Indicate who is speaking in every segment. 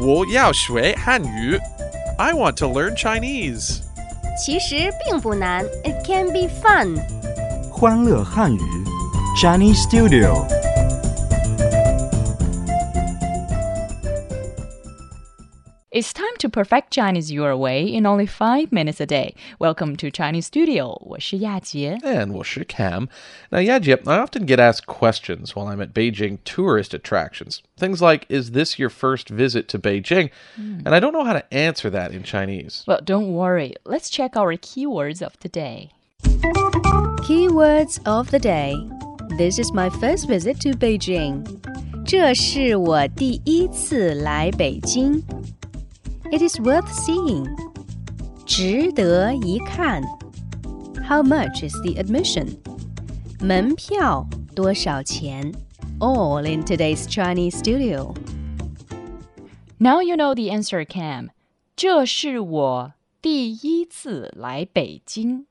Speaker 1: 我要学汉语。I want to learn Chinese.
Speaker 2: 其实并不难，It can be fun。
Speaker 3: 欢乐汉语 Johnny Studio。
Speaker 4: It's time to perfect Chinese your way in only five minutes a day. Welcome to Chinese Studio. 我是亚杰。
Speaker 1: And well, sure, Cam. Now, Yajip, I often get asked questions while I'm at Beijing tourist attractions. Things like, is this your first visit to Beijing? And I don't know how to answer that in Chinese.
Speaker 4: Well, don't worry. Let's check our keywords of the day.
Speaker 2: Keywords of the day. This is my first visit to Beijing. 这是我第一次来北京。It is worth seeing. 值得一看。How much is the admission? 门票多少钱？All in today's Chinese studio.
Speaker 4: Now you know the answer, Cam. 这是我第一次来北京.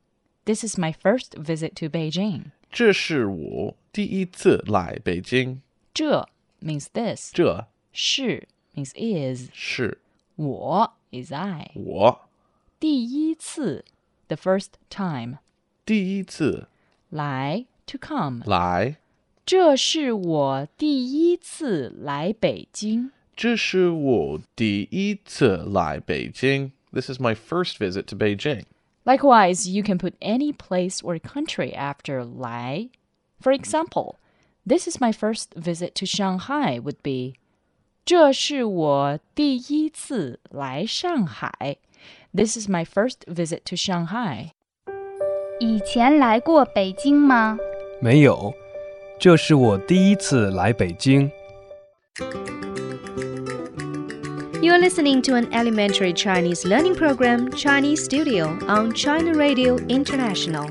Speaker 4: This is my first visit to Beijing.
Speaker 1: 这是我第一次来北京。
Speaker 4: 这 means this. 是 means is. 我 is I.
Speaker 1: 这是我第一次
Speaker 4: 第一次 the first time. 来 to come.
Speaker 1: 来，
Speaker 4: 这是我第一次来北京。
Speaker 1: 这是我第一次来北京。This is my first visit to Beijing.
Speaker 4: Likewise, you can put any place or country after 来. For example, this is my first visit to Shanghai would be 这是我第一次来上海. This is my first visit to Shanghai.
Speaker 5: 以前来过北京吗？
Speaker 6: 没有，这是我第一次来北京。
Speaker 2: You're listening to an elementary Chinese learning program, Chinese Studio, on China Radio International.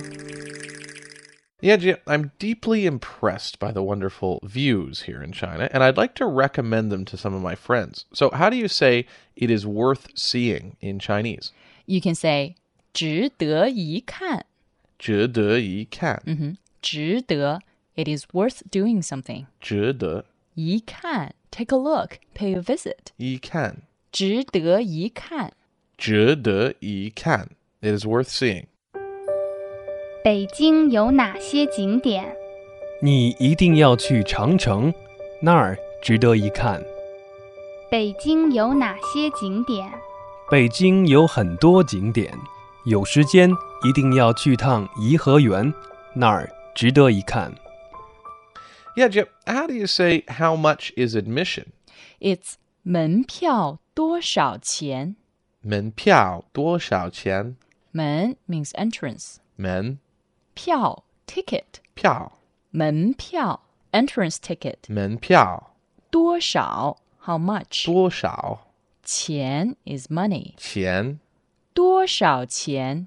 Speaker 1: Yeah, Gia, I'm deeply impressed by the wonderful views here in China, and I'd like to recommend them to some of my friends. So, how do you say it is worth seeing in Chinese?
Speaker 4: You can say 值得一看.
Speaker 1: 值得一看，
Speaker 4: Mm-hmm. 值得, it is worth doing something. 一看, take a look, pay a visit.
Speaker 1: 值得一看，值得一看。
Speaker 4: 值得一看.
Speaker 1: It is worth seeing.
Speaker 5: 北京有哪些景点？
Speaker 6: 你一定要去长城，那儿值得一看。
Speaker 5: 北京有哪些景点？
Speaker 6: 北京有很多景点，有时间一定要去趟颐和园，那儿值得一看。
Speaker 1: Yeah, Jip, how do you say how much is admission?
Speaker 4: It's 门票多少钱?
Speaker 1: 门票多少钱？
Speaker 4: 门 means entrance.
Speaker 1: 门票
Speaker 4: 票 ticket. 门票 entrance ticket.
Speaker 1: 门票
Speaker 4: 多少 how much?
Speaker 1: 多少钱？
Speaker 4: 钱 is money. 多少钱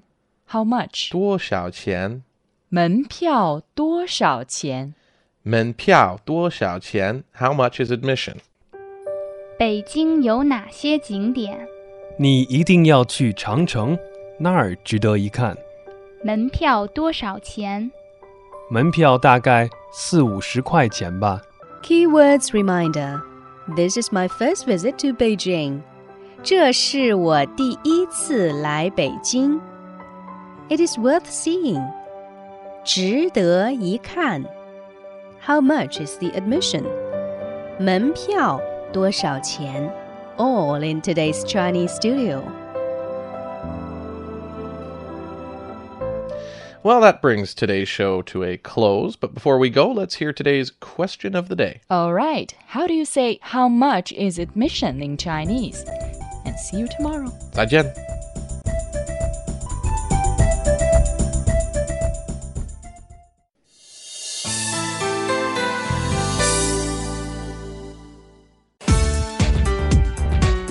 Speaker 4: how much?
Speaker 1: 多少钱？
Speaker 4: 门票多少钱?
Speaker 1: 门票多少钱? How much is admission?
Speaker 5: 北京有哪些景点？
Speaker 6: 你一定要去长城，那儿值得一看。
Speaker 5: 门票多少钱？
Speaker 6: 门票大概四五十块钱吧。
Speaker 2: Keywords reminder. This is my first visit to Beijing. 这是我第一次来北京。It is worth seeing. 值得一看。How much is the admission? 门票多少钱? All in today's Chinese studio.
Speaker 1: Well, that brings today's show to a close, but before we go, let's hear today's question of the day.
Speaker 4: All right. How do you say how much is admission in Chinese? And see you tomorrow.
Speaker 1: 再见。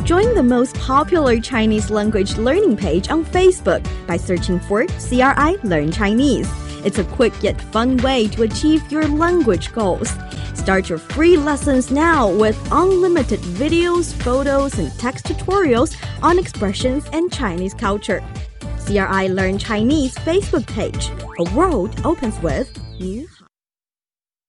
Speaker 7: Join the most popular Chinese language learning page on Facebook by searching for CRI Learn Chinese. It's a quick yet fun way to achieve your language goals. Start your free lessons now with unlimited videos, photos, and text tutorials on expressions and Chinese culture. CRI Learn Chinese Facebook page. A world opens with you.